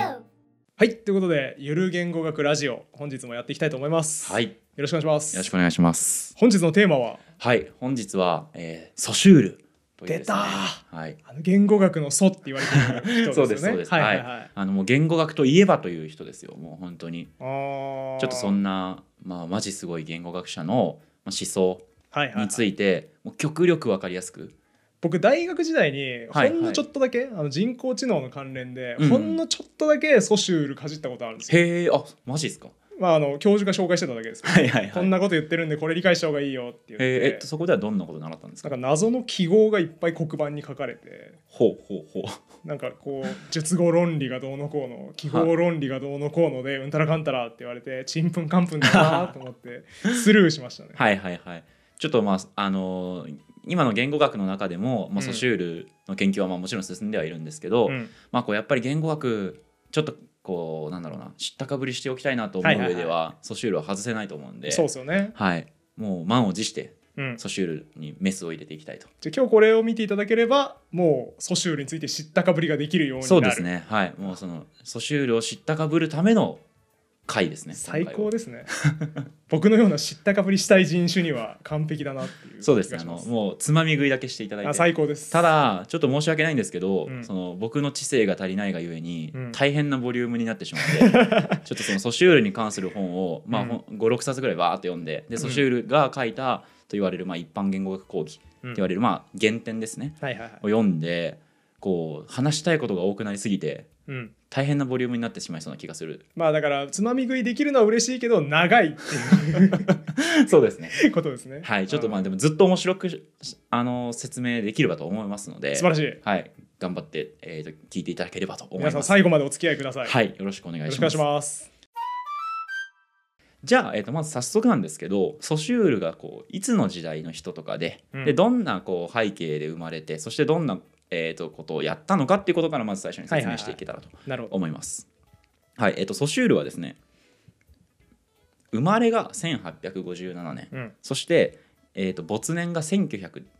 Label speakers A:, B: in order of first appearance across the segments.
A: はいということでゆる言語学ラジオ本日もやっていきたいと思います、
B: はい
A: よ
B: よ
A: ろしくお願いします
B: ろしくお願いします
A: 本日のテーマは
B: はい本日は、えー、ソシュールというですね
A: 出たー
B: はい
A: あの言語学の祖って言われてる人ですよね
B: そうですそうです
A: はいはいはい、
B: あのもう言語学といえばという人ですよもう本当に
A: あー
B: ちょっとそんなまあマジすごい言語学者のまあ思想
A: はいはいはい
B: についてもう極力わかりやすく
A: 僕大学時代にほ
B: はい
A: んのちょっとだけ、あの人工知能の関連で、
B: うん
A: ほんのちょっとだけソシュールかじったことあるんですよ、
B: へえあマジですか
A: まあ、あの教授が紹介してただけですよ
B: はいはいはい
A: こんなこと言ってるんでこれ理解した方がいいよって言って、
B: えーえっとそこではどんなこと習ったんですか
A: なんか謎の記号がいっぱい黒板に書かれて
B: ほうほうほ
A: なんかこう術語論理がどうのこうの記号論理がどうのこうのでうんたらかんたらって言われてちんぷんかんぷんだなと思って スルーしましたね
B: う。はいはいはいちょっとまああのー今の言語学の中でも、まあ、
A: うん
B: ソシュールの研究はまあもちろん進んではいるんですけど、
A: うん
B: まあ、こうやっぱり言語学ちょっとこうなんだろうな知ったかぶりしておきたいなと思
A: は
B: う
A: い
B: 上
A: はい
B: で
A: は
B: はソシュールは外せないと思うんで、
A: そうですよね、
B: はい、もう満を持して
A: うん、
B: ソシュールにメスを入れていきたいと
A: じゃあ今日これを見ていただければもうソシュールについて知ったかぶりができるようになる
B: そうですねはいもうそのソシュールを知ったかぶるための回ですね
A: 最
B: 今回
A: 高
B: は
A: ですね 僕のような知ったかぶりしたい人種には完璧だなっていう
B: そうですね
A: 気が
B: あ
A: し
B: の
A: ます
B: もうつまみ食いだけしていただい
A: あ
B: て
A: 最高です
B: ただちょっと申し訳ないんですけど、
A: うん
B: その僕の知性が足りないがゆえに、
A: うん
B: 大変なボリュームになってしまって ちょっとそのソシュールに関する本を、まあ
A: うん
B: 56冊ぐらいバーって読んでで
A: ん
B: ソシュールが書いたと言われる、まあ、一般言語学講義と
A: うん
B: 言われる、まあ、原点ですね
A: はいはいはい
B: を、読んでこう話したいことが多くなりすぎて
A: うん、
B: 大変なボリュームになってしまいそうな気がする
A: まあだからつまみ食いできるのは嬉しいけど長いっていう
B: そうですね
A: ことですね
B: はいちょっとまあ
A: うん
B: でもずっと面白くしあの説明できればと思いますので
A: 素晴らしい
B: はい頑張って、えーと聞いていただければと思いま
A: 皆
B: す
A: さん最後までお付き合いください、
B: はい、よろしくお願
A: よ
B: い
A: ろし
B: し
A: くお願
B: ま
A: い
B: す
A: し。ます
B: じゃあ、えー、とまず早速なんですけどソシュールがこういつの時代の人とかで,、
A: うん
B: でどんなこう背景で生まれてそしてどんな、えー、とことをやったのかっていうことからまず最初に
A: はいは
B: 説
A: いは
B: 明
A: い
B: していけたらと
A: なるほど
B: 思います。はいえー、とソシュールはですね生まれが1857年
A: うん
B: そして、えー、と没年が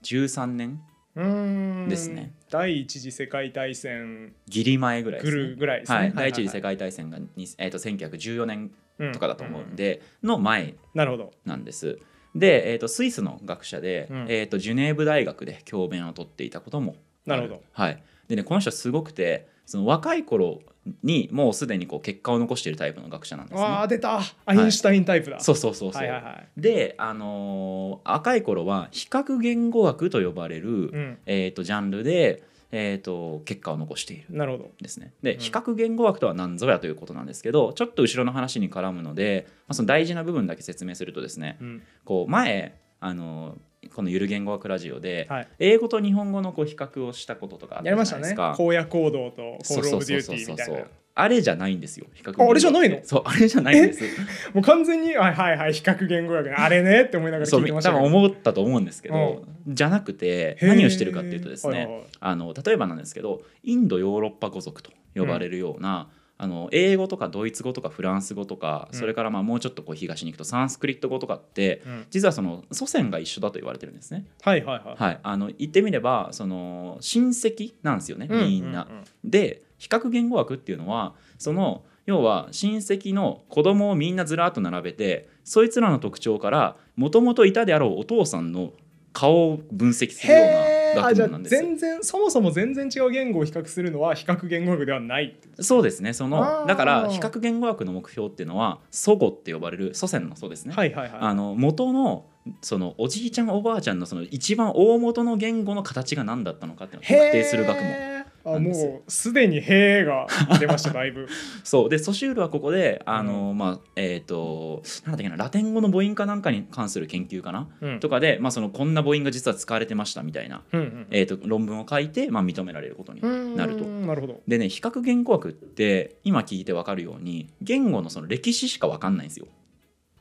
B: 1913年
A: うーん
B: ですね
A: 第一次世界大戦
B: ギリ前ぐらいで
A: ぐ
B: すね。
A: るぐらいですね、
B: はい、第一次世界大戦がに、えー、と1914年
A: 界
B: とかだと思うんで、の前
A: なるほど
B: なんです。で、えー、とスイスの学者で、
A: うん
B: えー、とジュネーブ大学で教鞭を取っていたこともあ
A: なるほど、
B: はいでね、この人すごくてその若い頃にもうすでにこう結果を残しているタイプの学者なんです
A: あ
B: ね。
A: ー出たアインシュタインタイプだ、
B: そうそうそうそう、
A: はいはいはい
B: で、あのー赤い頃は比較言語学と呼ばれる、
A: うん
B: えー、とジャンルで、えー、と結果を残している。
A: なるほど
B: ですね、
A: う
B: で
A: ん
B: 比較言語学とは何ぞやということなんですけどちょっと後ろの話に絡むので、まあ、その大事な部分だけ説明するとですね、
A: うん
B: こう前あのこのゆる言語学ラジオで、
A: はい
B: 英語と日本語のこう比較をしたこととかあっ
A: やりま
B: た
A: し
B: じ
A: た
B: ゃないで
A: ね
B: すか。
A: 荒野行動とコー
B: そう
A: ル・
B: そ
A: オ
B: う
A: ブ・デ
B: そ
A: ュ
B: う
A: ーテ
B: そ
A: ィ
B: う
A: ー
B: そ
A: みた
B: う
A: いな
B: あれじゃないんですよ比較
A: ああれじゃないの
B: そうあれじゃない んです
A: もう完全にはいはいはい比較言語学ね あれねって思いながら
B: そ
A: 聞
B: う
A: いてま
B: 多
A: したけ
B: 分
A: ど
B: 思ったと思うんですけど、じゃなくて
A: へー
B: 何をしてるかっていうとですね、
A: はいはいはい
B: あの例えばなんですけどインドヨーロッパ語族と呼ばれるような、あの英語とかドイツ語とかフランス語とか、
A: うん
B: それからまあもうちょっとこう東に行くとサンスクリット語とかって
A: うん
B: 実はその祖先が一緒だと言われてるんですね。
A: はいはいはい
B: はい、あの言ってみればその親戚なんですよね、みんな。
A: うう
B: で比較言語学っていうのはその要は親戚の子供をみんなずらっと並べてそいつらの特徴からもともといたであろうお父さんの顔を分析するよ
A: へ
B: う
A: ー
B: な
A: あ
B: 学
A: じゃ
B: 問
A: あ
B: なんですよ。
A: 全然そもそも全然違う言語を比較するのは比較言語学ではないって
B: そうですねそ
A: あー
B: のだから比較言語学の目標っていうのは祖語って呼ばれる祖先の祖ですね。
A: はいはいは
B: あの元のそのおじいちゃんおばあちゃんのその一番大元の言語の形が何だったのかっていうの
A: い
B: を特定する学問。
A: あ
B: なんですよ
A: もうすでに「へーが出ましただい ぶ
B: そうでソシュールはここであの、まあえっ、となんだっけなラテン語の母音かなんかに関する研究かな、
A: うん
B: とかで、まあ、そのこんな母音が実は使われてましたみたいな、
A: うんうん
B: えー、と論文を書いて、まあ、認められることに
A: うーん
B: なると。
A: なるほど
B: でね比較言語学って今聞いてわかるように言語のその歴史しかわかんないんですよ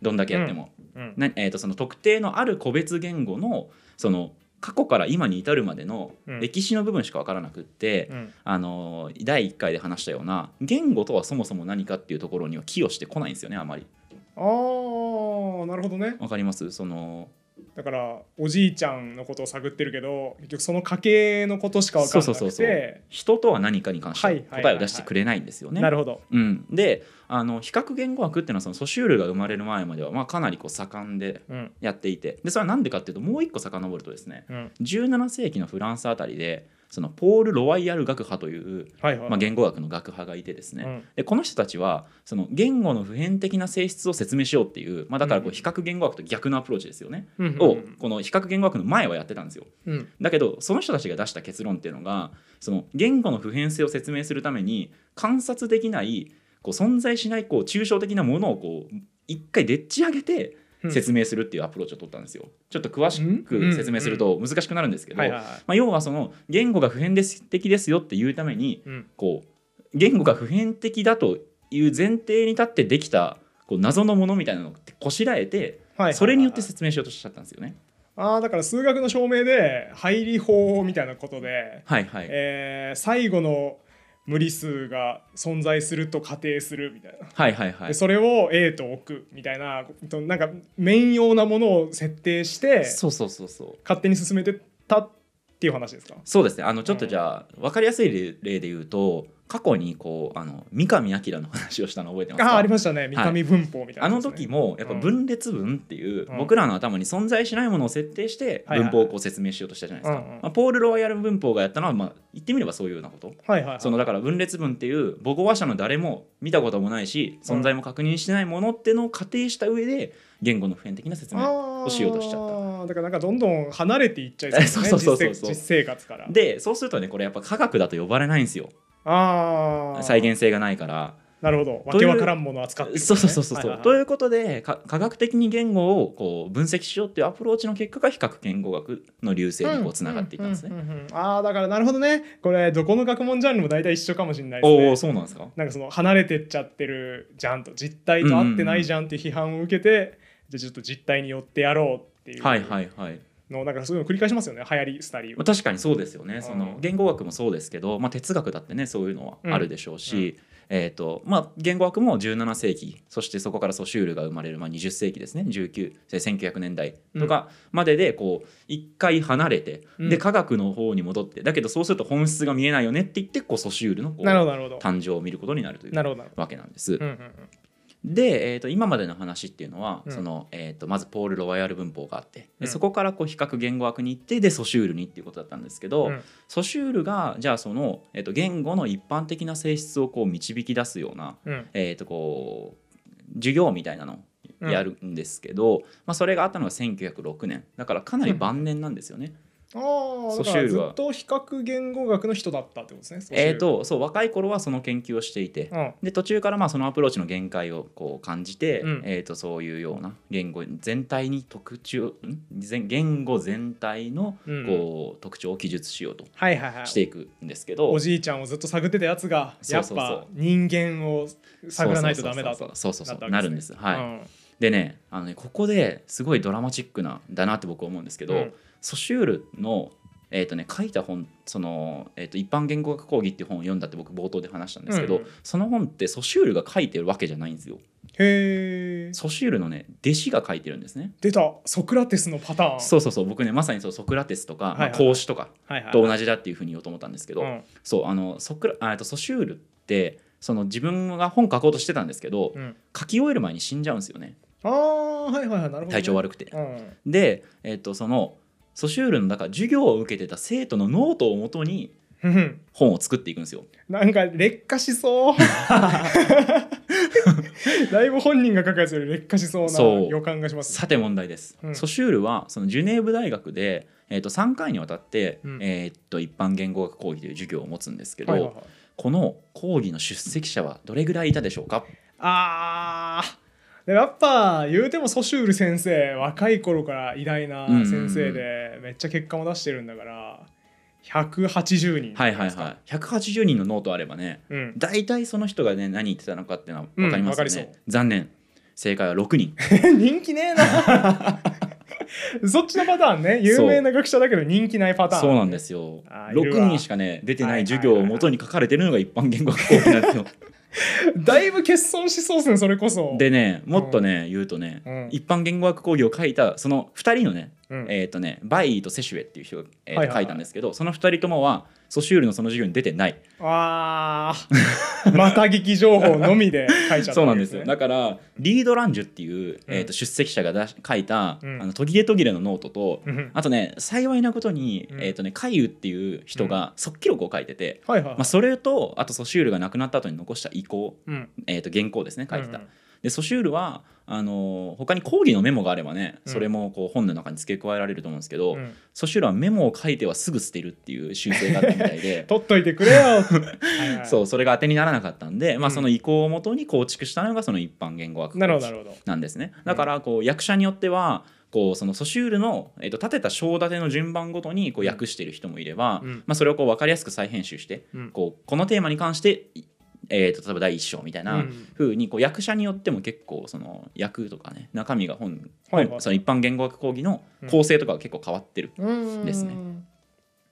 B: どんだけやっても。
A: うん
B: なえー、とその特定のある個別言語のその過去から今に至るまでの
A: うん
B: 歴史の部分しかわからなくって、
A: うん
B: あの第1回で話したような言語とはそもそも何かっていうところには寄与してこないんですよねあまり
A: ああなるほどね
B: わかりますその
A: だからおじいちゃんのことを探ってるけど結局その家系のことしか分かんな
B: そうそ
A: く
B: うそうそう
A: て
B: 人とは何かに関して
A: はいはいはいはい
B: 答えを出してくれないんですよね。
A: なるほど
B: うん、であの比較言語学っていうのはそのソシュールが生まれる前まではまあかなりこう盛んで
A: うん
B: やっていてでそれは何でかっていうともう一個遡るとですね
A: うん
B: 17世紀のフランスあたりでそのポール・ロワイヤル学派という、
A: はいはい、
B: まあ、言語学の学派がいてですね、
A: うん
B: でこの人たちはその言語の普遍的な性質を説明しようっていう、まあ、だからこ
A: う
B: うん比較言語学と逆のアプローチですよね、
A: うんうん
B: をこの比較言語学の前はやってたんですよ。
A: うん
B: だけどその人たちが出した結論っていうのがその言語の普遍性を説明するために観察できないこう存在しないこう抽象的なものをこう一回でっち上げて
A: うん
B: 説明するっていうアプローチを取ったんですよ。ちょっと詳しく説明すると難しくなるんですけど、
A: はいはい
B: ま
A: はい
B: あ、要はその言語が普遍です的ですよっていうために
A: うん
B: こう言語が普遍的だという前提に立ってできたこう謎のものみたいなのをこしらえて
A: はいはいはいはい
B: それによって説明しようとしちゃったんですよね。
A: ああだから数学の証明で入り法みたいなことで、
B: はいはい、
A: えー最後の無理数が存在すると仮定するみたいな、
B: はいはいはい
A: でそれを A と置くみたいなとなんか面用なものを設定して
B: そうそうそうそう。
A: 勝手に進めてったっていう話ですか
B: そうですね。あのちょっとじゃあ、分かりやすい例例で言うと、過去にこうあの三上明の話をしたの覚えてます
A: あ
B: か？
A: あありましたね三上文法みたいな
B: あの
A: やつですね、
B: 時もやっぱ分裂文っていう、
A: うん
B: 僕らの頭に存在しないものを設定して
A: はいはい
B: 文法をこう説明しようとしたじゃないですか、
A: うんうん
B: まあ、ポール・ロワイヤル文法がやったのは、まあ、言ってみればそういうようなこと
A: はいはいはい
B: そのだから分裂文っていう母語話者の誰も見たこともないし存在も確認してないものってのを仮定した上で言語の普遍的な説明
A: あ
B: をしようとしちゃった。
A: ただからなんかどんどん離れていっちゃいそうですね
B: そうそうそうそう
A: 実生実生活から
B: でそうするとねこれやっぱ科学だと呼ばれないんですよ
A: ああ
B: 再現性がないから。
A: なるほど
B: と
A: わ
B: い
A: け
B: う
A: わからんものを扱ってるんです
B: そう
A: ね
B: そうそうそう。
A: はいはいはい
B: ということでか科学的に言語をこう分析しようっていうアプローチの結果が比較言語学の流星にこうつながっていったんですね。
A: うううんうんああだからなるほどねこれどこの学問ジャンルも大体一緒かもしれないです
B: おお
A: ね。
B: そうなんですか
A: なんかその離れてっちゃってるじゃんと実態と合ってないじゃんっていう批判を受けて、じゃあちょっと実態に寄ってやろうっていうの、
B: はいはいはい。
A: なんかそういうの繰り返しますよね流行り廃りを
B: まあ、確かにそうですよね。そうの
A: ん
B: 言語学もそうですけど、まあ、哲学だってねそういうのはあるでしょう
A: う
B: し。
A: んう
B: えーとまあ、言語学も17世紀そしてそこからソシュールが生まれる、まあ、20世紀ですね19せ1900年代とかまででこう一回離れて、
A: うん
B: で科学の方に戻ってだけどそうすると本質が見えないよねって言ってこうソシュールのこう
A: なるほどなるほど
B: 誕生を見ることになるという
A: なるほどなる
B: わけなんです
A: ほ。ど、うんうんうん
B: で、えー、と今までの話っていうのは、
A: うん
B: そのえー、とまずポール・ロワイヤル文法があってで
A: うん
B: そこからこう比較言語学に行ってでソシュールにっていうことだったんですけ
A: う
B: ど、
A: ん
B: ソシュールがじゃあその、えー、と言語の一般的な性質をこう導き出すような、
A: うん
B: えー、とこう授業みたいなの
A: うん
B: やるんですけど、まあ、それがあったのが1906年だからかなり晩年なんですよね。
A: ああ
B: ソ
A: だか
B: シュー
A: ら
B: ル
A: ず
B: は
A: っと比較言語学の人だったってことですねソシュール
B: えー、とそう若い頃はその研究をしていて、
A: うん
B: で途中からまあそのアプローチの限界をこう感じて、
A: うん
B: えー、とそういうような言語全体に特徴ん全言語全体の
A: うん
B: こう、特徴を記述しようと
A: はいはいはい
B: していくんですけど
A: おじいちゃんをずっと探ってたやつが
B: そ
A: や
B: う
A: っ
B: そうそう
A: ぱ人間を探らないとダメだと
B: そうそうそうそうそうそうそう
A: なっ
B: な
A: たわけですね
B: るんですはい、
A: うん
B: でねあのねここですごいドラマチックなだなって僕は思うんですけど、
A: うん
B: ソシュールのえーとね、書いた本その、えー、と一般言語学講義っていう本を読んだって僕冒頭で話したんですけど、
A: うんうん
B: その本ってソシュールが書いてるわけじゃないんですよ。
A: へえ
B: ソシュールのね弟子が書いてるんですね。
A: 出たソクラテスのパターン
B: そうそうそう僕ねまさにそうソクラテスとか、
A: い
B: ま
A: はいは
B: あ、
A: い
B: 孔子とか
A: はいはい
B: と同じだっていうふうに言おうと思ったんですけど、
A: うん
B: そうあのソクラあえっとソシュールってその自分が本書こうとしてたんですけど、
A: うん
B: 書き終える前に死んじゃうんですよね
A: ああはいはいはいなるほどね、
B: 体調悪くて。
A: うん
B: で、えっとそのソシュールのだから授業を受けてた生徒のノートをもとに
A: ふふ
B: 本を作っていくんですよ。
A: なんか劣化しそう だいぶ本人が書くやつより劣化しそう
B: そ
A: な
B: う
A: 予感がします
B: さて問題です、
A: うん
B: ソシュールはそのジュネーブ大学で、えっと3回にわたって、
A: うん
B: えっと一般言語学講義という授業を持つんですけど、
A: はいはいはい
B: この講義の出席者はどれぐらいいたでしょうか
A: あーでもやっぱ言うてもソシュール先生若い頃から偉大な先生でめっちゃ結果も出してるんだから180人
B: はいはいはい180人のノートあればね
A: うん、
B: 大体その人がね何言ってたのかっていうのは分かりますよ
A: うんわ
B: ね
A: か、り
B: 残念正解は6人
A: 人気ねえな そっちのパターンね有名な学者だけど人気ないパターン
B: そうなんですよ
A: あーいるわ
B: 6人しかね出てない授業
A: はい
B: を
A: はいはいはい
B: 元に書かれてるのが一般言語学講義なんですよ
A: だいぶ欠損しそうですねそれこそ
B: でねもっとね、言うとね、
A: うん
B: 一般言語学講義を書いたその2人のね、
A: うん
B: えっ、とねバイとセシュエっていう人が、えーと
A: はいはいは
B: 書
A: い
B: いたんですけどその2人ともはソシュールのその授業に出てない
A: あーまた聞き情報のみで書いちゃった
B: そう
A: わ
B: な
A: け
B: んですよ
A: ね
B: だからリードランジュっていう、えー、
A: う
B: と
A: ん
B: 出席者が出し書いた、
A: うん
B: あの途切れ途切れのノートと、
A: うん
B: あとね幸いなことに、
A: うん
B: えーとね、海遊っていう人が速記録を書いてて、
A: はいはい、
B: まあ、それとあとソシュールが亡くなった後に残した遺構、
A: うん
B: えー、と原稿ですね書いてた、
A: うんうん
B: でソシュールはあのー他に講義のメモがあればね
A: うん
B: それもこう本の中に付け加えられると思うんですけど、
A: うん
B: ソシュールはメモを書いてはすぐ捨てるっていう習性があったみたいで
A: 取っといてくれよ はいはい
B: そうそれが当てにならなかったんで、まあ、
A: うん
B: その意向をもとに構築したのがその一般言語学講義
A: なるほどなるほど
B: なんですね。だからこう役者によってはこうそのソシュールの、えっと立てた章立ての順番ごとにこう訳している人もいれば、
A: うん
B: まあ、それをこう分かりやすく再編集して、
A: うん
B: こうこのテーマに関して、いえー、と例えば第一章みたいな
A: うん
B: 風にこう役者によっても結構その役とかね中身が本、
A: はいはい
B: その一般言語学講義の構成とかが結構変わってる。
A: うん
B: ですね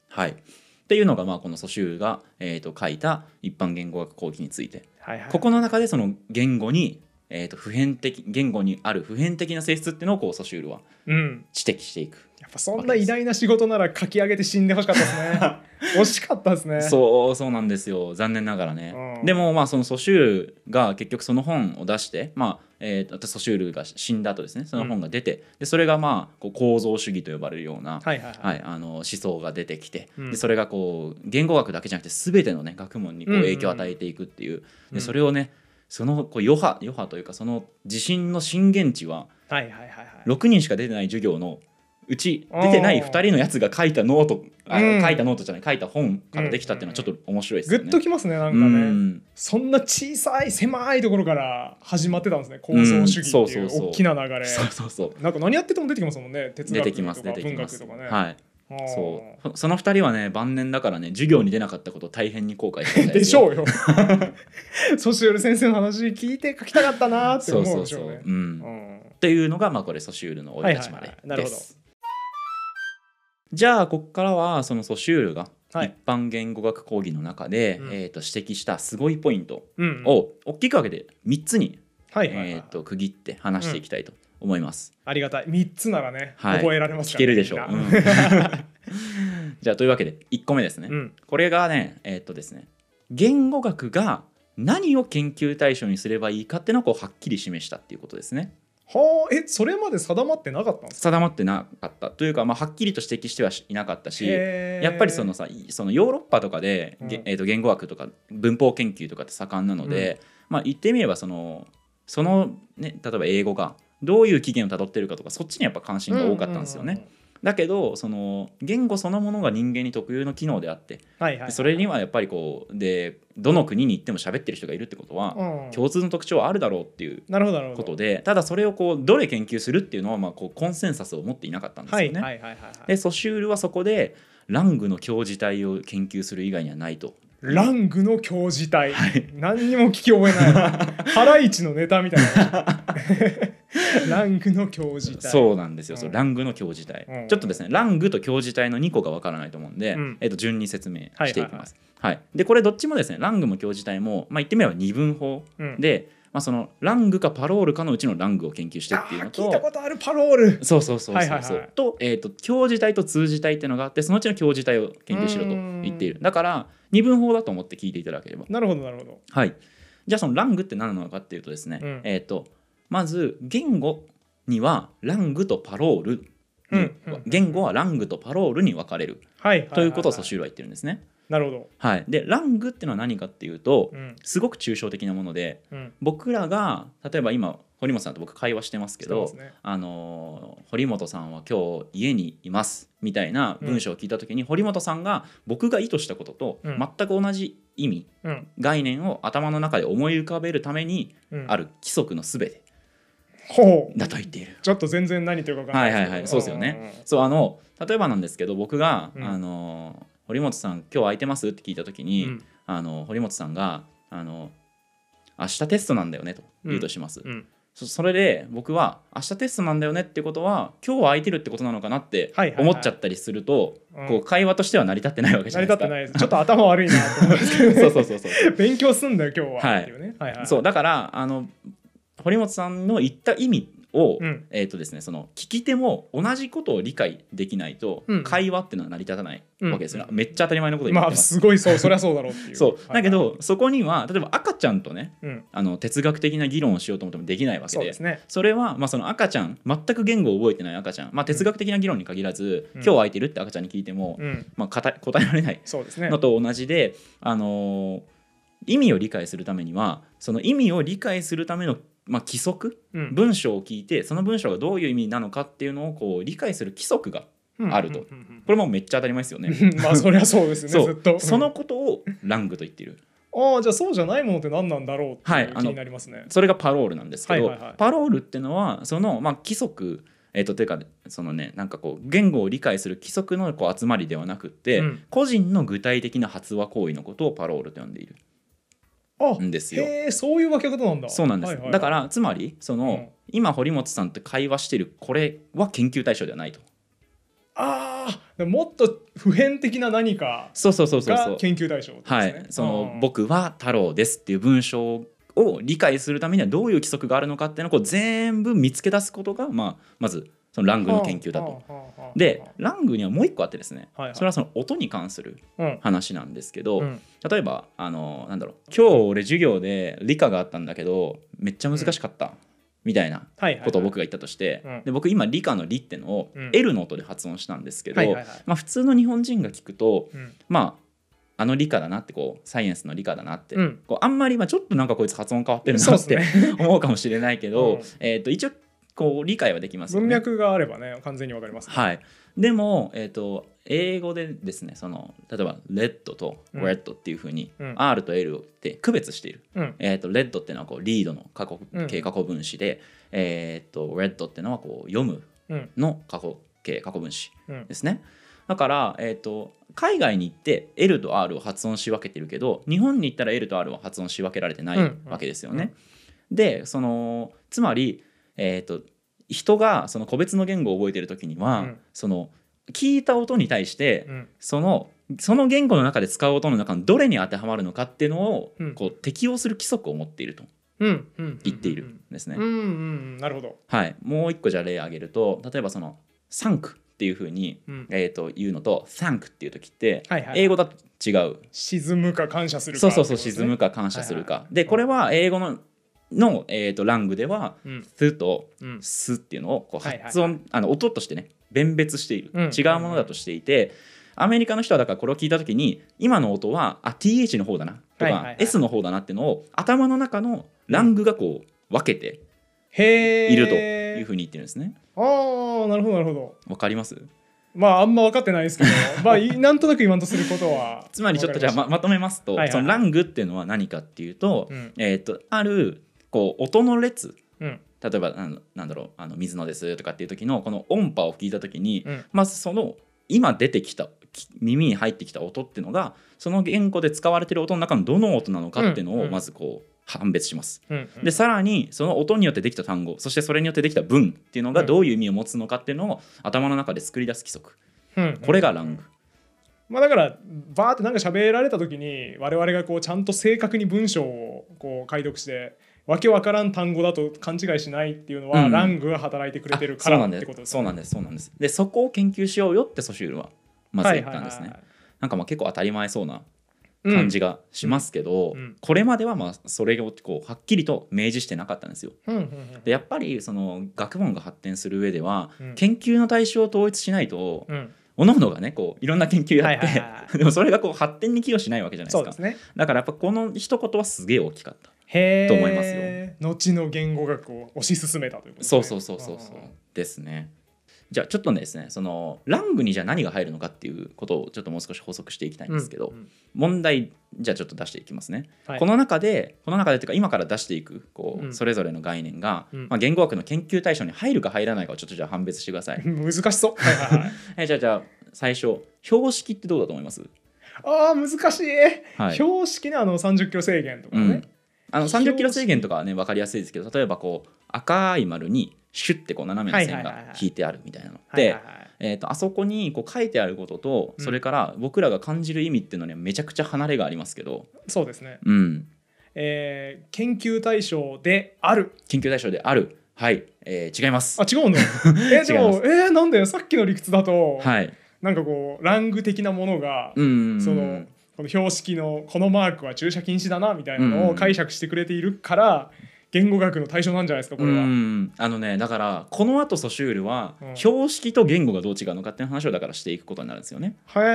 B: はいっていうのがまあこのソシュールが、えー、と書いた一般言語学講義について
A: はいはい
B: ここの中でその言語に、えー、と普遍的言語にある普遍的な性質っていうのをこうソシュールは
A: うん
B: 指摘していく、
A: やっぱそんな偉大な仕事なら書き上げて死んでほしかったですね惜しかったですね
B: そうそうなんですよ残念ながらね、
A: うん
B: でもまあそのソシュールが結局その本を出してまあえー、とソシュールが死んだ後ですねその本が出て、でそれがまあこう構造主義と呼ばれるような、
A: はいはいはい
B: はい、あの思想が出てきて、
A: うん
B: でそれがこう言語学だけじゃなくて全ての、ね、学問にこう
A: うんうんうん
B: 影響を与えていくっていう、
A: うん
B: でそれをねそのこう余波余波というかその地震の震源地は
A: はいはいはいはい
B: 6人しか出てない授業のうち出てない
A: あー
B: 2人のやつが書いたノートあ
A: うん
B: 書いたノートじゃない書いた本からできたっていうのはちょっと面白いです
A: グ
B: よ
A: ッ
B: ね。
A: ときますねなんか
B: う
A: ね、
B: ん
A: そんな小さい狭いところから始まってたんですね構造主義
B: うんそう
A: ってい
B: そう
A: う
B: そう
A: 大きな流れ、
B: そうそうそう
A: なんか何やってても出てきますもんね哲
B: 出
A: 学
B: てきます
A: と
B: 出
A: か
B: てき
A: 文
B: ま
A: 学
B: す
A: とかね、
B: はい
A: あー
B: そうそその2人はね晩年だからね授業に出なかったことを大変に後悔してるみたい
A: で
B: です
A: し
B: よ
A: ょうよ ソシュール先生の話聞いて書きたかったなーって
B: そ
A: 思うで
B: うそう
A: し
B: そ
A: ょう
B: う
A: ね、
B: うん
A: うん
B: っていうのが、まあ、これソシュールの生い立ちまで
A: はいはいはいなる
B: で
A: ほど
B: す。じゃあここからはそのソシュールが
A: はい
B: 一般言語学講義の中で、
A: うん
B: えー、と指摘したすごいポイント
A: うんうん
B: を大きく分けて3つに、
A: はいはいはい
B: えー、と区切って話していきたいと思います。
A: ありがたい3つならね、
B: はい
A: 覚えられますか
B: 聞
A: ら
B: けるでしょう。
A: み
B: うんん
A: な
B: じゃあというわけで1個目ですね。
A: うん
B: これがねえっ、とですね言語学が何を研究対象にすればいいかっていうのをこうはっきり示したっていうことですね。
A: はあえそれまで定まってなかったんですか
B: 定まってなかったというか、まあ、はっきりと指摘してはいなかったしや
A: や
B: っぱりそのさいそのヨーロッパとかで、げ
A: うん
B: えー、と言語学とか文法研究とかって盛んなので、まあ、言ってみればそのその、ね、例えば英語がどういう起源をたどってるかとかそっちにやっぱ関心が多かったんですよね。だけどその言語そのものが人間に特有の機能であって、
A: はいはい
B: それにはやっぱりこうでどの国に行っても喋ってる人がいるってことは、
A: うん
B: 共通の特徴はあるだろうっていう
A: なるほどなるほ
B: こ
A: ど
B: とでただそれをこうどれ研究するっていうのはまあこうコンセンサスを持っていなかったんです
A: は
B: よ
A: い
B: ね。
A: はいはいはいはい
B: でソシュールはそこでラングの教授体を研究する以外にはないと。
A: ラングの教授隊、何にも聞き覚えない ハライチのネタみたいなラングの教授隊
B: そうなんですよ、そう
A: うん
B: ラングの教授体、
A: うん
B: ちょっとですねラングと教授体の2個がわからないと思うんで、
A: うん
B: えっと、順に説明していきます。はいでこれどっちもですねラングも教授体も、まあ、言ってみれば二分法
A: うん
B: で、まあ、そのラングかパロールかのうちのラングを研究してってい
A: あ
B: う
A: ー
B: の
A: 聞いた
B: と。
A: ことあるパロール
B: そうそうそうそうそう、
A: はいはいはい
B: と,、えー、と教授体と通じ体っていうのがあってそのうちの教授体を研究しろと言っているだから二分法だと思って聞いていただければ
A: なるほどなるほど
B: はいじゃあそのラングって何なのかっていうとですね、
A: うん
B: えっ、とまず言語にはラングとパロールに、
A: うんうん
B: 言語はラングとパロールに分かれる
A: はいはいはいはい
B: ということをソシュールは言ってるんですね、
A: なるほど
B: はい、でラングっていうのは何かっていうと
A: うん
B: すごく抽象的なもので
A: うん
B: 僕らが例えば今堀本さんと僕会話してますけど
A: そうですね
B: あのー堀本さんは今日家にいますみたいな文章を聞いた時に、堀本さんが僕が意図したことと
A: うん
B: 全く同じ意味、
A: うん
B: 概念を頭の中で思い浮かべるために
A: うん
B: ある規則のすべて
A: ほう
B: だと言っている。
A: ちょっと全然何言ってるか分かんな
B: は
A: い
B: はいはい、そうですよね。そうあの例えばなんですけど僕が、
A: うん
B: あのー堀本さん今日空いてますって聞いた時
A: う
B: に、
A: ん
B: あの堀本さんがあの明日テストなんだよねと言うとします。
A: うん
B: そそれで僕は明日テストなんだよねってことは今日は空いてるってことなのかなって
A: はいはいはい
B: 思っちゃったりすると、
A: うん
B: こう会話としては成り立ってないわけじ
A: 成
B: ゃ
A: り
B: ない
A: 立ってないです
B: ですか
A: ちょっと頭悪いなと 思うんですけど
B: そうそうそうそう
A: 勉強すんだよ今日
B: は
A: はいっていうねはいはい
B: そうだからあの堀本さんの言った意味を、
A: うん
B: えーとですね、その聞き手も同じことを理解できないと、
A: うん
B: 会話っていうのは成り立たないわけですよ、
A: う
B: めっちゃ当たり前のこと言っ
A: ま
B: て
A: あ
B: ます、
A: すごいそうそりゃそうだろうっていう
B: そうだけど、
A: はい
B: そこには例えば赤ちゃんとね
A: はいうん
B: あの哲学的な議論をしようと思ってもできないわけ
A: そう
B: で
A: ですね
B: それは、まあ、その赤ちゃん全く言語を覚えてない赤ちゃん、まあ、哲学的な議論に限らず、
A: うん
B: 今日空いてるって赤ちゃんに聞いても、
A: うん
B: まあ、答え答えられない
A: そうですね
B: のと同じで、あのー意味を理解するためにはその意味を理解するための、まあ、規則
A: うん
B: 文章を聞いてその文章がどういう意味なのかっていうのをこう理解する規則があると
A: うんうん
B: これもめっちゃ当たり前ですよ
A: うん
B: ね。
A: うんうんまあそりゃそうですね
B: そ
A: ずっとう
B: うんそのことをラングと言ってる
A: ああじゃあそうじゃないものって何なんだろうって
B: はいいうあ
A: 気
B: の
A: になりますね
B: それがパロールなんですけど、
A: はいはいはい
B: パロールってのはその、まあ、規則えっとていうかそのねなんかこう言語を理解する規則のこう集まりではなくって、
A: うん
B: 個人の具体的な発話行為のことをパロールと呼んでいる
A: あ
B: んですよ。
A: へえそういう分け方なんだ
B: そうなんです、
A: はいはいはい
B: だからつまりその、
A: うん
B: 今堀本さんと会話してるこれは研究対象ではないと
A: ああもっと普遍的な何か
B: そうそうそうそうそ
A: が
B: う
A: 研究対象ってこと
B: は
A: ですね
B: いその
A: う
B: 「
A: ん
B: 僕は太郎です」っていう文章を理解するためにはどういう規則があるのかっていうのをこう全部見つけ出すことが、まあ、まずそのラングの研究だと。
A: はあはあはあ
B: でラングにはもう一個あってですね、
A: はいはい
B: それはその音に関する
A: うん
B: 話なんですけど、
A: うん
B: 例えばあのなんだろう今日俺授業で理科があったんだけどめっちゃ難しかった、みたいな
A: はいはいはい
B: ことを僕が言ったとして、
A: うん
B: で僕今理科の「理」ってのを
A: うん
B: L の音で発音したんですけど、
A: はいはいはい
B: まあ、普通の日本人が聞くと
A: うん
B: まああの理科だなってこうサイエンスの理科だなって、
A: うん
B: こうあんまりまあちょっとなんかこいつ発音変わってる
A: そう
B: な
A: っ
B: っ
A: す
B: て、
A: ね
B: 思うかもしれないけ
A: う
B: ど、
A: ん
B: えー、と一応こう理解はできますよ
A: 文
B: ね。
A: 脈があればね完全にわかりますね
B: はい、でも、えー、と英語でですねその例えば「レッド」と「
A: う
B: レ
A: ん
B: ッド」っていうふうに、
A: うん
B: R と L って区別している。
A: うん
B: えー、とレッドっていうのはこうリードの過去
A: うん
B: 形過去分詞で、えー、とレッドっていうのはこう読む
A: うん
B: の過去形過去分詞
A: うん
B: ですね。だから、えー、と海外に行って L と R を発音し分けてるけど日本に行ったら L と R は発音し分けられてない
A: うん
B: わけですよね。でそのつまり、えー、と人がその個別の言語を覚えてる時には、
A: うん
B: その聞いた音に対して
A: うん
B: そのその言語の中で使う音の中のどれに当てはまるのかっていうのを
A: うん
B: こう適用する規則を持っていると
A: うんうん
B: 言っているんですね。
A: うんうんうんなるほど
B: はい、もう一個じゃあ例挙げると例えばその「サンク」っていうふうに、
A: うん
B: えー、と言うのと「サンク」っていう時って
A: はいはい
B: 英語だと違う、
A: 沈むか感謝するか
B: そうそうそ
A: って
B: う
A: ことです
B: 沈
A: ね
B: むか感謝するか、
A: はいはい
B: でこれは英語のの、えー、とラングでは
A: うん
B: 「す」と
A: うん
B: 「す」っていうのをこう
A: はいはいはい
B: 発音、あの音としてね弁別している、
A: うん
B: 違うものだとしていて、アメリカの人はだからこれを聞いた時に今の音はあ TH の方だなとか、
A: はいはいはい
B: S の方だなっていうのを頭の中のラングがこう分けて
A: へえ
B: いるというふうに言ってるんですね。
A: ああなるほどなるほど
B: わかります
A: まああんま分かってない ですけどまあいなんとなく今とすることは
B: つまりちょっとじゃあままとめますと、
A: はいはい
B: そのラングっていうのは何かっていうと,、
A: うん
B: えー、とあるこう音の列
A: うん
B: 例えばなんなんだろうあの水野ですとかっていう時のこの音波を聞いた時に、
A: うん
B: まずその今出てきたき耳に入ってきた音っていうのがその言語で使われてる音の中のどの音なのかっていうの
A: うんう
B: を
A: ん
B: まずこう判別します。
A: うんうん
B: でさらにその音によってできた単語そしてそれによってできた文っていうのが
A: うん
B: どういう意味を持つのかっていうのを頭の中で作り出す規則
A: うん
B: これがラング。
A: まあだからバーってなんか喋られた時に我々がこうちゃんと正確に文章をこう解読してわけわからん単語だと勘違いしないっていうのは、
B: うん
A: ラングが働いてくれてる
B: あ
A: か
B: そう
A: ら
B: な
A: っ
B: んで
A: て
B: す
A: ことです
B: そうなんですそうなんですでそこを研究しようよってソシュールはまず言ったんですね、
A: はいはい
B: なんかまあ結構当たり前そうな
A: はい
B: 感じがしますけど、
A: うんうん
B: これまではまあそれをこうはっきりと明示してなかったんですよ
A: うんうんうん
B: でやっぱりその学問が発展する上では、
A: うん
B: 研究の対象を統一しないと、
A: うんうん
B: 各々がねこういろんな研究や っ
A: は
B: て、
A: いはいはいは
B: でもそれがこう発展に寄与しないわけじゃないで
A: そ
B: す
A: う
B: か
A: ですね
B: だからやっぱこの一言はすげえ大きかった
A: へえ
B: と思いますよ
A: 後の言語学を推し進めたということですね
B: そうそうそうそうそうですね。じゃあちょっとねですねそのラングにじゃあ何が入るのかっていうことをちょっともう少し補足していきたいんですけど、
A: うんうん
B: 問題じゃあちょっと出していきますね。
A: はい
B: この中でこの中でというか今から出していくこう、
A: うん
B: それぞれの概念が、
A: うん
B: まあ、言語学の研究対象に入るか入らないかをちょっとじゃあ判別してくだ さい。
A: 難しそうはいはいはい
B: えじゃあじゃあ最初標識ってどうだと思います、
A: あー難しい、
B: はい
A: 標識ねあの30キロ制限とか
B: う
A: ね、
B: んあの3 0キロ制限とかはね分かりやすいですけど例えばこう赤い丸にシュッてこう斜めの線
A: はいはいはい
B: が
A: はい
B: 引いてあるみたいなの
A: はい
B: で
A: はいはい
B: えー、とあそこにこう書いてあることと
A: うん
B: それから僕らが感じる意味っていうのにはめちゃくちゃ離れがありますけど、
A: そうですね、
B: うん、
A: えー研究対象である
B: 研究対象であるはい、えー違います。
A: あ違 うのえで
B: 違いま
A: もえーなんでさっきの理屈だと、
B: はい、
A: なんかこうラング的なものが、
B: うん
A: そのこの標識のこのマークは駐車禁止だなみたいな
B: うん
A: の
B: う
A: を
B: ん
A: 解釈してくれているから言語学の対象なんじゃないですかこれは、
B: うんあのねだからこのあとソシュールは
A: うん
B: 標識と言語がどう違うのかっていう話をだからしていくことになるんですよね。
A: へえ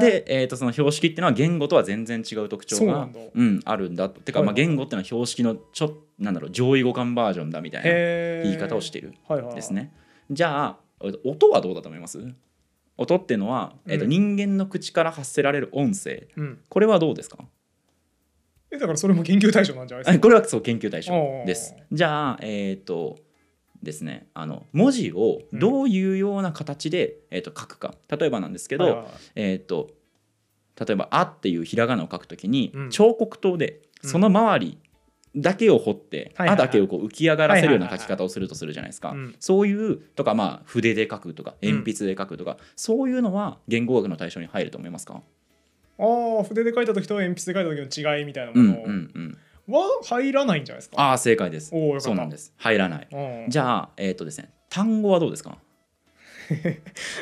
B: で、えー、とその標識っていうのは言語とは全然違う特徴
A: そうな
B: が
A: んだ
B: うん、あるんだと。てか、
A: はい
B: まあ、言語っていうのは標識のちょなんだろう上位互換バージョンだみたいな
A: へー
B: 言い方をしている。
A: はいはい
B: ですね。じゃあえっと音はどうだと思います音っていうのは、えっと
A: うん
B: 人間の口から発せられる音声
A: うん、
B: これはどうですか
A: えだからそれも研究対象なんじゃないです
B: あ
A: か
B: これはそう研究対象
A: おー
B: です。じゃあえっ、とですねあの文字をどういうような形で、えっと書くか例えばなんですけど、
A: はいはいはい
B: えっ、と例えば「あ」っていうひらがなを書くときに、
A: うん
B: 彫刻刀で
A: うん
B: その周りだけを掘って「
A: はいはいはい
B: あ」だけをこう浮き上がらせるような
A: はいは
B: 書
A: い
B: き
A: はい
B: 方をするとするじゃないですか、
A: うん
B: そういうとかまあ筆で書くとか
A: うん
B: 鉛筆で書くとか、そういうのは言語学の対象に入ると思いますか、
A: ああ筆で書いた時と鉛筆で書いた時の違いみたいな
B: うんう
A: も
B: んうん、
A: のは入らないんじゃないですか、
B: ああ正解です
A: おーよかった
B: そうなんです入らない
A: うん
B: じゃあえっ、とですね単語はどうですか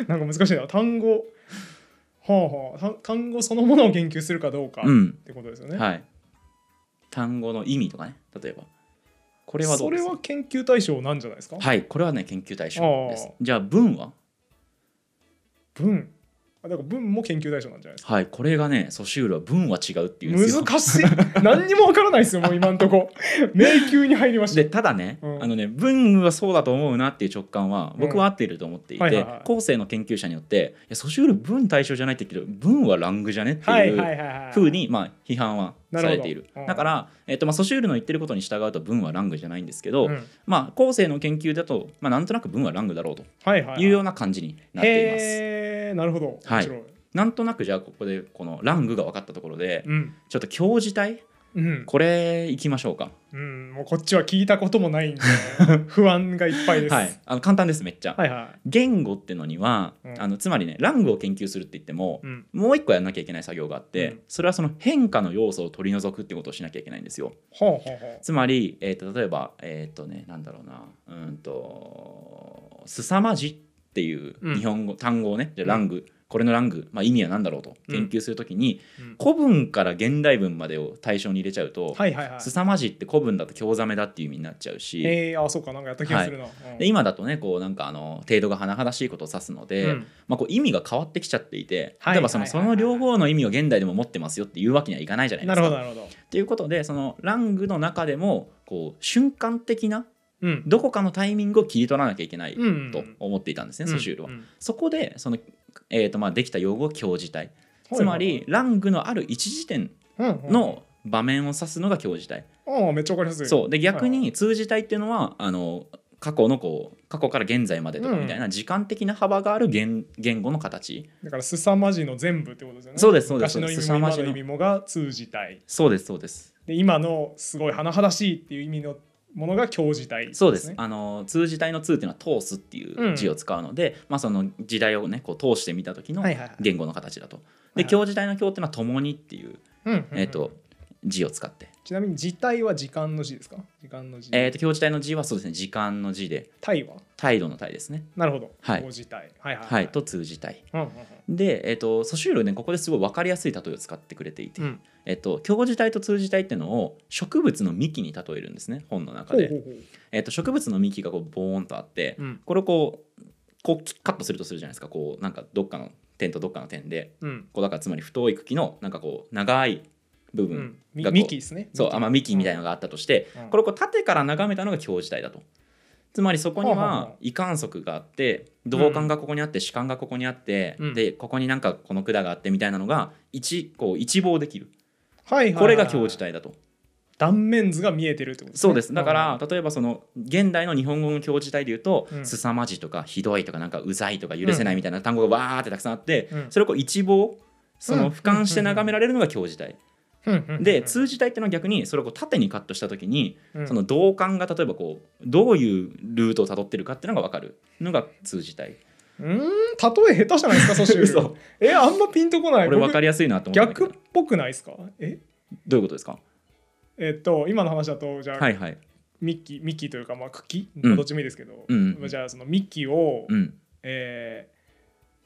A: なんか難しいな単語はあはあ単単語そのものを研究するかどうか
B: うん
A: ってことですよね、
B: はい単語の意味とかね例えばこれはど
A: そう
B: で
A: れ
B: すか
A: は研究対象なんじゃないですか、
B: はいこれはね研究対象で
A: あ
B: す
A: ー
B: じゃあ文は
A: 文あだから文も研究対象なんじゃないですか
B: はい、これがね、ソシュールは文は違うっていうんですよ。
A: 難しい何にもわからないですよもう今んと こ迷宮に入りました
B: でただね、
A: うん
B: あのね文はそうだと思うなっていう直感は僕は合っていると思ってい
A: うんはい
B: て
A: はいはい
B: 後世の研究者によっていやソシュール文対象じゃないって言うけど文はラングじゃねって
A: はい
B: い
A: はいうはいはい
B: ふうにまあ批判はされている
A: なるほどうん
B: だから、えっとまあ、ソシュールの言ってることに従うと文はラングじゃないんですけど、
A: うん
B: まあ、後世の研究だと、まあ、なんとなく文はラングだろうと
A: はいはい
B: いうよ
A: う
B: うな感じになっています。
A: へーなるほど
B: はい
A: 面白い、
B: なんとなくじゃあここでこのラングが分かったところで
A: うん
B: ちょっと教授体
A: うん
B: これいきましょうか。
A: うん、もうこっちは聞いたこともないんで 不安がいっぱいです、
B: はい、あの簡単ですめっちゃ、
A: はいはい
B: 言語ってのには、
A: うん
B: あのつまりねラングを研究するって言っても、
A: うん
B: もう一個やんなきゃいけない作業があって、
A: うん
B: それはその変化の要素を取り除くってことをしなきゃいけないんですよ
A: ほうほうほ
B: つまり、えー、と例えばえっ、とねなんだろうなうーんと凄まじっていう
A: うん
B: 日本語、単語をねじゃあ
A: うん
B: ラング、これのラング、まあ、意味は何だろうと
A: う
B: 研
A: ん
B: 究するときに、
A: うん
B: 古文から現代文までを対象に入れちゃうと、
A: うはいはいはい
B: 凄まじって古文だと興ざめだっていう意味になっちゃうし、
A: えー、あそうかなんかやった気がするな、うん
B: で今だとねこうなんかあの程度が甚だしいことを指すので、
A: うん
B: まあ、こう意味が変わってきちゃっていて
A: はい
B: 例えばその
A: はい
B: そ
A: はいは
B: の
A: い
B: 両方の意味を現代でも持ってますよっていうわけにはいかないじゃないで
A: な
B: す
A: る
B: か。
A: ほどなるほど、
B: っていうことでそのラングの中でもこう瞬間的な
A: うん、
B: どこかのタイミングを切り取らなきゃいけない
A: うんうん
B: と思っていたんですね、ソシュールは。
A: うんうん
B: そこでその、えーとまあ、できた用語を教示体
A: はい
B: つまりラングのある一時点
A: うんうん
B: の場面を指すのが教示体
A: ああめっちゃわかりやすい
B: そうで逆に通じ体っていうのはあの過去のこう過去から現在までとかみたいな時間的な幅がある言言語の形
A: だから凄まじいの全部ってことですよね
B: そうですそうです
A: 昔の意味
B: そう
A: も
B: です
A: 今の意味もが通じ体
B: そうですそうです
A: で今のすごい甚だしいっていう意味のものが教示体、
B: そうです
A: ね
B: あの通じ体の通っていうのは通すっていう字を使うので、まあその時代をねこう通してみた時の
A: はいはいはい
B: 言語の形だと、
A: はいはい
B: で教時代の教っていうのは共にっていう、
A: うんうんうん
B: えっ、と字を使って、
A: ちなみに時体は時間の字ですか時間の字、
B: えっ、と教時代の字はそうですね時間の字で
A: 体は
B: 態度の態ですね
A: なるほど、
B: はい
A: 教示体はいはい
B: はい、と通じ体
A: うんうんうん
B: でえっ、とソシュールねここですごい分かりやすい例えを使ってくれていて、
A: うん
B: えっと、教授体と通じ体っていうのを植物の幹に例えるんですね本の中
A: ほう
B: で、
A: ほうほう
B: えっと、植物の幹がこうボーンとあって、
A: うん
B: これをこうこうカットするとするじゃないですかこうなんかどっかの点とどっかの点で
A: うん
B: こうだからつまり太い茎のなんかこう長い部
A: う
B: 分
A: ん、み
B: がこう、
A: 幹ですね
B: そうあまあ幹みたいなのがあったとして、
A: うん
B: これをこう縦から眺めたのが教授体だと。つまりそこに
A: ほうほう
B: は
A: ほう
B: 移管足があって導管がここにあって主管がここにあって、
A: うん
B: でここになんかこの管があってみたいなのが一こう一望できる
A: はいはいはい
B: これが教授体だと
A: 断面図が見えてるってことね
B: そうですだから例えばその現代の日本語の教示体で言うと
A: うん
B: 凄まじいとかひどいとかなんかうざいとか許せないみたいな単語がわーってたくさんあって
A: うん
B: それをこう一望そうの
A: ん
B: 俯瞰して眺められるのが教示体で通じ体っていうのは逆にそれをこう縦にカットした時に
A: うん
B: その同感が例えばこうどういうルートをたどってるかっていうのが分かるのが通じ体
A: うーん例え下手じゃないですかソシュール
B: 嘘
A: えあんまピンとこない
B: これ分か
A: り
B: りやすいなと思ったんだけ
A: 逆
B: ど
A: っぽくないですかえ
B: どういうことですか
A: えっと今の話だとじゃあ、
B: はいはい
A: ミッキーミッキーというかまあ茎、
B: うん
A: どっちもいいですけど、
B: うん
A: まあじゃあそのミッキーを、
B: うん
A: えー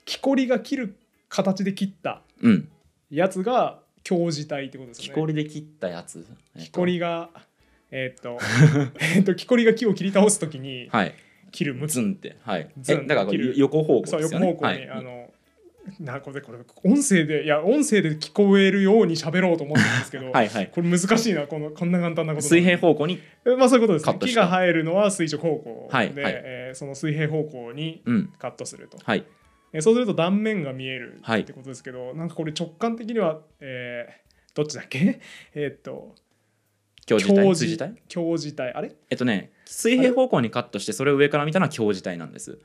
A: 木こりが切る形で切った
B: うん
A: やつが強靭体ってことです
B: 木
A: よね
B: こりで切ったやつ
A: 木こりがえっとえっと木こりが木を切り倒すときに
B: はい
A: 切るむ
B: ズンってはい
A: ズ
B: え
A: ン
B: だからこう
A: 切る
B: 横方向
A: そう
B: です
A: 横
B: よね
A: 方向に、
B: は
A: あ
B: い
A: のなこれこれ音声でいや音声で聞こえるように喋ろうと思ってたんですけど、
B: はいはい
A: これ難しいなこのこんな簡単なこと
B: 水平方向に
A: えまあそういうことです
B: カッ
A: ね
B: トし
A: 木
B: た
A: が生えるのは垂直方向で、
B: はいはい
A: えーその水平方向に
B: うん
A: カットすると、
B: はい
A: えそうすると断面が見える
B: はい
A: ってことですけど、なんかこれ直感的には、えーどっちだっけ えーっと
B: 強靭体通じ体
A: 強靭体あれ
B: えっとね水平方向にカットしてそれを上から見たのは強字体なんです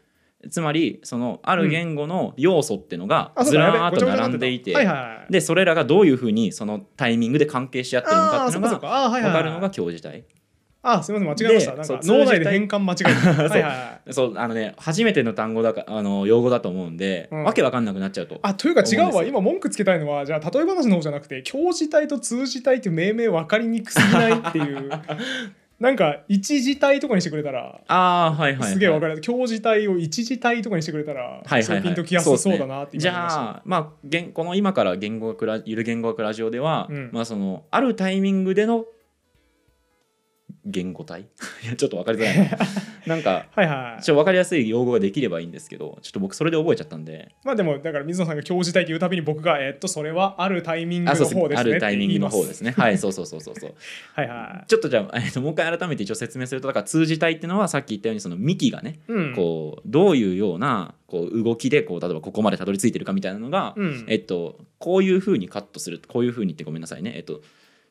B: つまりそのある言語の要素ってのが
A: あそう
B: ず
A: だ
B: らー
A: やべえご
B: っと
A: ちゃごちゃになってた
B: 並んでいて
A: はいはいはい、
B: でそれらがどういうふうにそのタイミングで関係し合ってるの
A: あ
B: か
A: あ
B: っ
A: ーそ
B: てい
A: うっ
B: の
A: か
B: が
A: そっかあーはい
B: 分
A: は
B: か
A: い
B: る
A: は
B: の
A: い
B: が強字体
A: あすみません間違えました
B: で
A: なん
B: そう
A: か脳
B: 通じ
A: 内
B: 体
A: で変換間違えた はいはいはい
B: そうあのね初めての単語だかあの用語だと思うんで、
A: うん
B: わけわかんなくなっちゃうと
A: あというか違
B: 思
A: う
B: うんです
A: わ
B: よ
A: 今文句つけたいのはじゃあ例え話の方じゃなくて教字体と通字体って命名分かりにくすぎないっていう なんか一字体とかにしてくれたら
B: ああーはいはい、はい、
A: すげえ分か
B: る
A: りやすい教字体を一字体とかにしてくれたら
B: はい
A: そ
B: はい、は
A: れ
B: い、
A: ピンときやすそうだなって
B: そうです
A: 今
B: ねじ
A: 思いました
B: ゃあまあ言この今から言語学ラゆる言語学ラジオでは、
A: うん
B: まあそのあるタイミングでの言語体 いやちょっとわ かりづらいななんか
A: はいはい
B: ちょっとわかりやすい用語ができればいいんですけどちょっと僕それで覚えちゃったんで
A: まあでもだから水野さんが教字体って言うたびに僕がえっとそれはあるタイミング
B: あ
A: の
B: そう
A: 方
B: で
A: ですすね
B: ねあるタイミングの方ですすねはいそうそうそうそうそう
A: はいは
B: ちょっとじゃあ、えっと、もう一回改めて一応説明するとだから通じ体っていうのはさっき言ったようにその幹がね、
A: いうん
B: こうどういうようなこう動きでこう例えばここまでたどり着いてるかみたいなのが、
A: うん
B: えっと、こういうふうにカットするこういうふうにってごめんなさいねえっと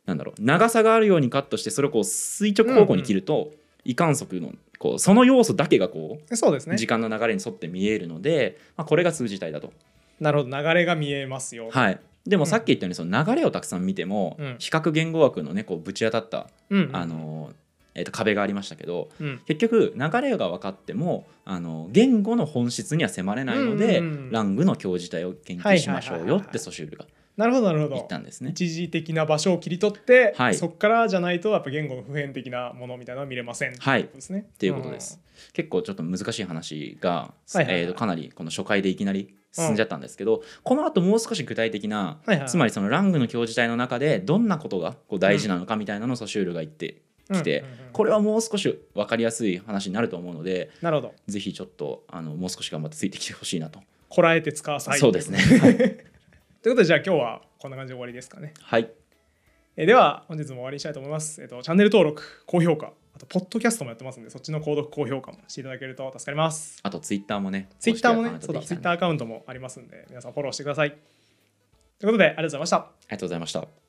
B: なんだろう長さがあるようにカットしてそれをこう垂直方向に切ると、移管速のこうその要素だけがこう
A: そうですね
B: 時間の流れに沿って見えるので、まあ、これが通じ体だと。
A: なるほど流れが見えますよ
B: はいでもさっき言ったようにその流れをたくさん見ても、
A: うん
B: 比較言語学のねこうぶち当たった
A: うん
B: あのえっと壁がありましたけど
A: うん
B: 結局流れが分かってもあの言語の本質には迫れないので、
A: うんうんうん
B: ラングの教授体を研究しましょう
A: はいはいはい
B: よ
A: はい
B: ってソシュールが
A: なるほどなるほ
B: 言
A: ど
B: ったんですね。
A: 一時的な場所を切り取って、
B: はい
A: そこからじゃないとやっぱ言語の普遍的なものみたいなのは見れません
B: はい
A: ってことですね。っ
B: っていうことです。。結構ちょっと難しい話が、
A: はいはいはい
B: えーとかなりこの初回でいきなり進んじゃったんですけど、この後もう少し具体的な、
A: はいはい
B: つまりそのラングの教授体の中でどんなことがこう大事なのかみたいなのをソシュールが言ってきて、
A: うんうんうん
B: これはもう少し分かりやすい話になると思うので
A: なるほど。
B: ぜひちょっとあのもう少し頑張ってついてきてほしいなと
A: こらえて使わさい。
B: そうですね。
A: ということでじゃあ今日はこんな感じで終わりですかね。
B: はい。
A: えーでは本日も終わりにしたいと思います。えっ、とチャンネル登録、高評価、あとポッドキャストもやってますんでそっちの購読高評価もしていただけると助かります。
B: あとツイッターもね。
A: ツイッターもね、そ
B: 公式
A: うだ、ツイッ
B: アカウントできたんで
A: ターアカウントもありますんで皆さんフォローしてください。ということでありがとうございました。
B: ありがとうございました。